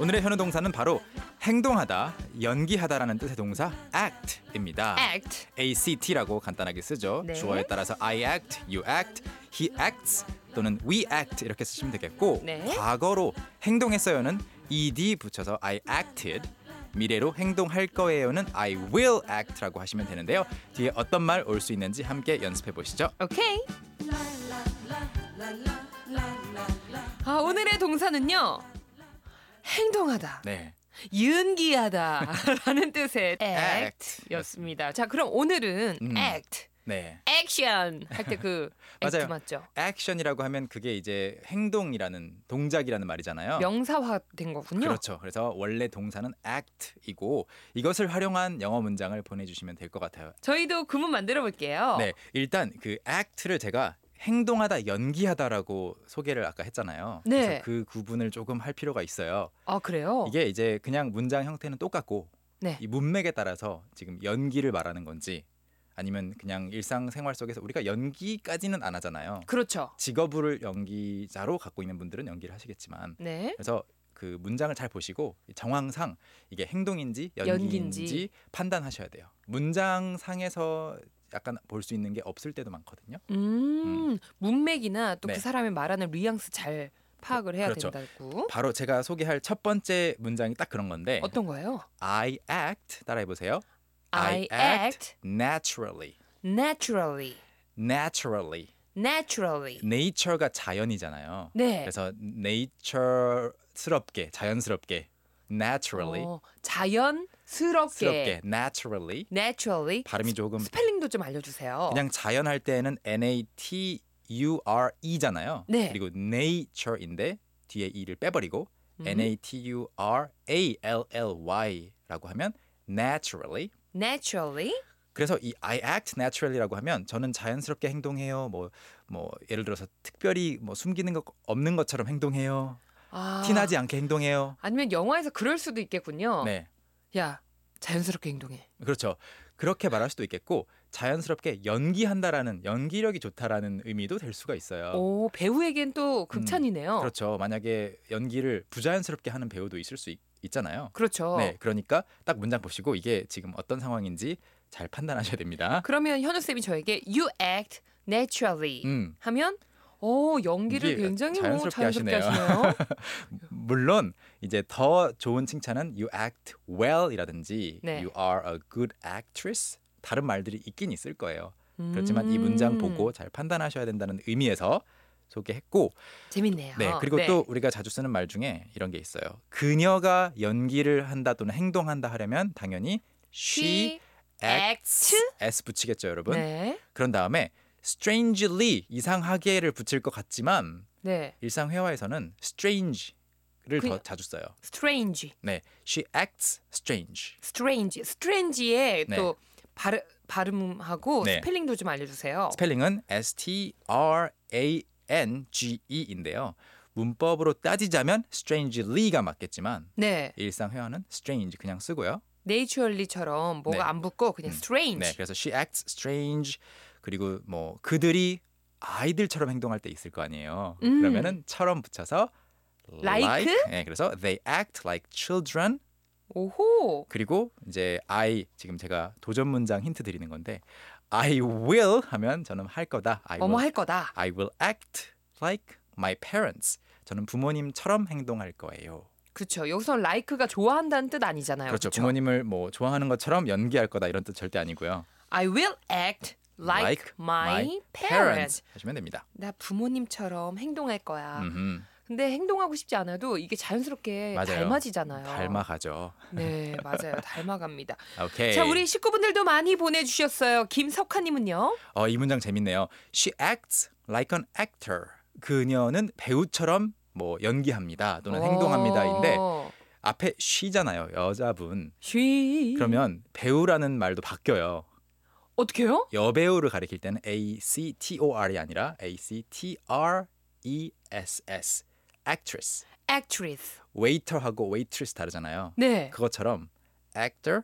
오늘의 현우 동사는 바로 행동하다, 연기하다라는 뜻의 동사 act입니다. act. ACT라고 간단하게 쓰죠. 네. 주어에 따라서 I act, you act, he acts 또는 we act 이렇게 쓰시면 되겠고 네. 과거로 행동했어요는 ed 붙여서 I acted 미래로 행동할 거예요는 I will act라고 하시면 되는데요. 뒤에 어떤 말 올 수 있는지 함께 연습해 보시죠. 오케이. 아, 오늘의 동사는요. 행동하다, 네. 윤기하다라는 뜻의 act. act였습니다. 자, 그럼 오늘은 음. act, 네. action 할 때 그 act 맞아요. 맞죠? 액션이라고 하면 그게 이제 행동이라는 동작이라는 말이잖아요. 명사화된 거군요. 그렇죠. 그래서 원래 동사는 act이고 이것을 활용한 영어 문장을 보내주시면 될 것 같아요. 저희도 구문 만들어 볼게요. 네, 일단 그 act를 제가 행동하다, 연기하다라고 소개를 아까 했잖아요. 네. 그래서 그 구분을 조금 할 필요가 있어요. 아, 그래요? 이게 이제 그냥 문장 형태는 똑같고 네. 이 문맥에 따라서 지금 연기를 말하는 건지 아니면 그냥 일상 생활 속에서 우리가 연기까지는 안 하잖아요. 그렇죠. 직업을 연기자로 갖고 있는 분들은 연기를 하시겠지만 네. 그래서 그 문장을 잘 보시고 정황상 이게 행동인지 연기인지, 연기인지. 판단하셔야 돼요. 문장상에서 약간 볼 수 있는 게 없을 때도 많거든요. 음, 문맥이나 또 그 네. 사람이 말하는 뉘앙스 잘 파악을 해야 그렇죠. 된다고. 바로 제가 소개할 첫 번째 문장이 딱 그런 건데 어떤 거예요? I act 따라해 보세요. I I act. act naturally. naturally. naturally. naturally. 음. nature가 자연이잖아요. 네. 그래서 nature스럽게 자연스럽게 naturally 어, 자연스럽게. 스럽게 naturally naturally. 발음이 조금 스펠링도 좀 알려주세요. 그냥 자연 할 때는 N A T U R E잖아요. 네. 그리고 nature인데 뒤에 e를 빼버리고 음. N A T U R A L L Y라고 하면 naturally. naturally. 그래서 이 I act naturally라고 하면 저는 자연스럽게 행동해요. 뭐 뭐 예를 들어서 특별히 뭐 숨기는 것 없는 것처럼 행동해요. 아, 티나지 않게 행동해요. 아니면 영화에서 그럴 수도 있겠군요. 네. 야, 자연스럽게 행동해. 그렇죠. 그렇게 말할 수도 있겠고 자연스럽게 연기한다라는 연기력이 좋다라는 의미도 될 수가 있어요. 음. 오, 배우에겐 또 극찬이네요. 그렇죠. 만약에 연기를 부자연스럽게 하는 배우도 있을 수 있, 잖아요 그렇죠. 네, 그러니까 딱 문장 보시고 이게 지금 어떤 상황인지 잘 판단하셔야 됩니다. 그러면 현우 쌤이 저에게 you act naturally 음, 하면 오 연기를 이게 굉장히 뭐 자연스럽게 자연스럽게 하시네요. 그 물론 이제 더 좋은 칭찬은 you act well이라든지 네. you are a good actress 다른 말들이 있긴 있을 거예요. 그렇지만 이 음. 문장 보고 잘 판단하셔야 된다는 의미에서 소개했고, 재밌네요. 네 그리고 네. 또 우리가 자주 쓰는 말 중에 이런 게 있어요. 그녀가 연기를 한다 또는 행동한다 하려면 당연히 she she acts. s 붙이겠죠, 여러분. 네. 그런 다음에 strangely 이상하게를 붙일 것 같지만 네. 일상 회화에서는 strange를 더 그냥- 자주 써요. strange. 네, she acts strange. strange. strange의 네. 또 발음 발음하고 네. 스펠링도 좀 알려 주세요. 스펠링은 S T R A N G E인데요. 문법으로 따지자면 strangely가 맞겠지만 네. 일상 회화는 strange 그냥 쓰고요. naturally처럼 뭐가 네. 안 붙고 그냥 음. strange. 네, 그래서 she acts strange 그리고 뭐 그들이 아이들처럼 행동할 때 있을 거 아니에요. 음. 그러면은 처럼 붙여서 Like? 네, 그래서 they act like children 오호. 그리고 이제 I 지금 제가 도전 문장 힌트 드리는 건데 I will 하면 저는 할 거다. I 어머 will, 할 거다. I will act like my parents. 저는 부모님처럼 행동할 거예요. 그렇죠. 여기서 like가 좋아한다는 뜻 아니잖아요. 그렇죠. 그쵸? 부모님을 뭐 좋아하는 것처럼 연기할 거다 이런 뜻 절대 아니고요. I will act like, Like my, my parents. 하시면 됩니다. 나 부모님처럼 행동할 거야. 음흠. 근데 행동하고 싶지 않아도 이게 자연스럽게 맞아요. 닮아지잖아요. 닮아가죠. 네, 맞아요. 닮아갑니다. 오케이. 자, 우리 식구분들도 많이 보내주셨어요. 김석하님은요. 어, 이 문장 재밌네요. She acts like an actor. 그녀는 배우처럼 뭐 연기합니다 또는 행동합니다인데 어, 앞에 she잖아요 여자분. 음. 쉬. 그러면 배우라는 말도 바뀌어요. 어떻게요? 여배우를 가리킬 때는 A C T O R이 아니라 A C T R E S S actress. Actress. 웨이터하고 웨이트리스 다르잖아요. 네. 그것처럼 actor,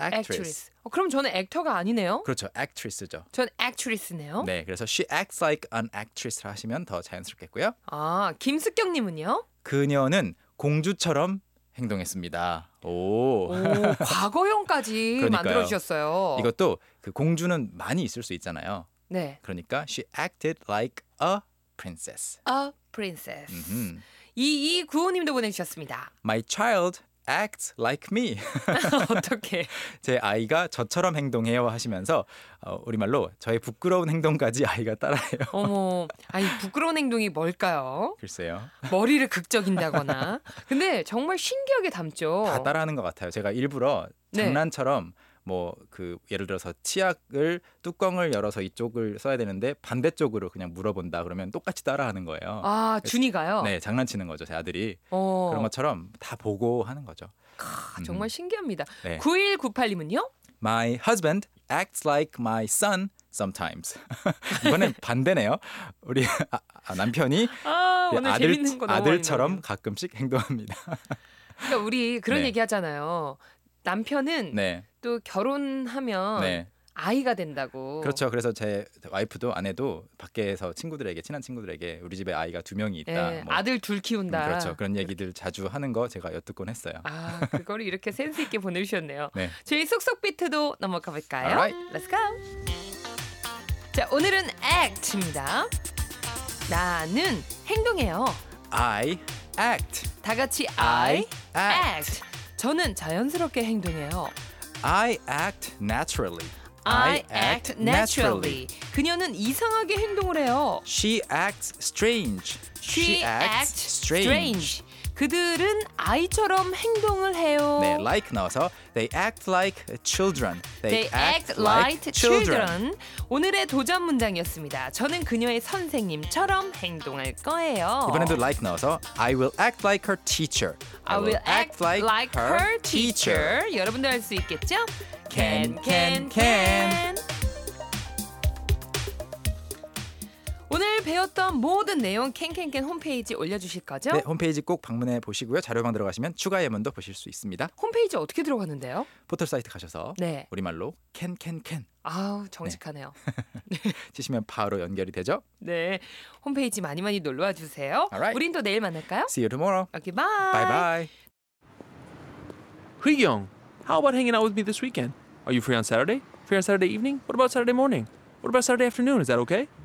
actress. 어, 그럼 저는 액터가 아니네요. 그렇죠. actress죠. 전 actress네요. 네, 그래서 she acts like an actress 하시면 더 자연스럽겠고요. 아, 김숙경님은요? 그녀는 공주처럼 행동했습니다. 오. 오, 과거형까지 그러니까요. 만들어 주셨어요. 이것도 그 공주는 많이 있을 수 있잖아요. 네, 그러니까 she acted like a princess. a princess. 음흠. 이이 구호님도 보내주셨습니다. My child acts like me. 어떻게? 제 아이가 저처럼 행동해요 하시면서 어, 우리말로 저의 부끄러운 행동까지 아이가 따라해요. 어머, 아니 부끄러운 행동이 뭘까요? 글쎄요. 머리를 극적인다거나. 근데 정말 신기하게 담죠. 다 따라하는 것 같아요. 제가 일부러 네. 장난처럼 뭐 그 예를 들어서 치약을 뚜껑을 열어서 이쪽을 써야 되는데 반대쪽으로 그냥 물어본다 그러면 똑같이 따라하는 거예요. 아, 준이가요? 네, 장난치는 거죠. 제 아들이 어, 그런 것처럼 다 보고 하는 거죠. 아, 음. 정말 신기합니다. 네. 9198님은요? My husband acts like my son sometimes. 이번엔 반대네요. 우리 아, 아, 남편이 아, 네, 오늘 아들, 재밌는 거 너무 많이 아들처럼 나오네요. 가끔씩 행동합니다. 그러니까 우리 그런 네. 얘기 하잖아요. 남편은 네, 또 결혼하면 네, 아이가 된다고. 그렇죠. 그래서 제 와이프도 아내도 밖에서 친구들에게 친한 친구들에게 우리 집에 아이가 두 명이 있다. 예, 뭐 아들 둘 음, 키운다. 그렇죠. 그런 얘기들 자주 하는 거 제가 엿듣곤 했어요. 아, 그거를 이렇게 센스 있게 보내주셨네요. 네. 저희 속속 비트도 넘어가 볼까요? Alright. Let's go. 자, 오늘은 act입니다. 나는 행동해요. I act. 다 같이 I, I act. 저는 자연스럽게 행동해요. I act naturally. I act naturally. 그녀는 이상하게 행동을 해요. She acts strange. She acts strange. 그들은 아이처럼 행동을 해요. 네, like 나와서 they act like children. They act like children. 오늘의 도전 문장이었습니다. 저는 그녀의 선생님처럼 행동할 거예요. 이번에도 like 나와서 I will act like her teacher. 어. I will act like, her teacher. 여러분도 할 수 있겠죠? Can, can, can. 오늘 배웠던 모든 내용 캔캔캔 홈페이지 올려주실 거죠? 네, 홈페이지 꼭 방문해 보시고요. 자료방 들어가시면 추가 예문도 보실 수 있습니다. 홈페이지 어떻게 들어가는데요? 포털 사이트 가셔서 네. 우리말로 캔캔캔 아우 정직하네요. 치시면 바로 연결이 되죠. 네. 홈페이지 많이 많이 놀러와 주세요. Alright. 우린 또 내일 만날까요? See you tomorrow. Okay, bye. Bye bye. Young, how about hanging out with me this weekend? Are you free on Saturday? Free on Saturday evening? What about Saturday morning? What about Saturday afternoon? Is that okay?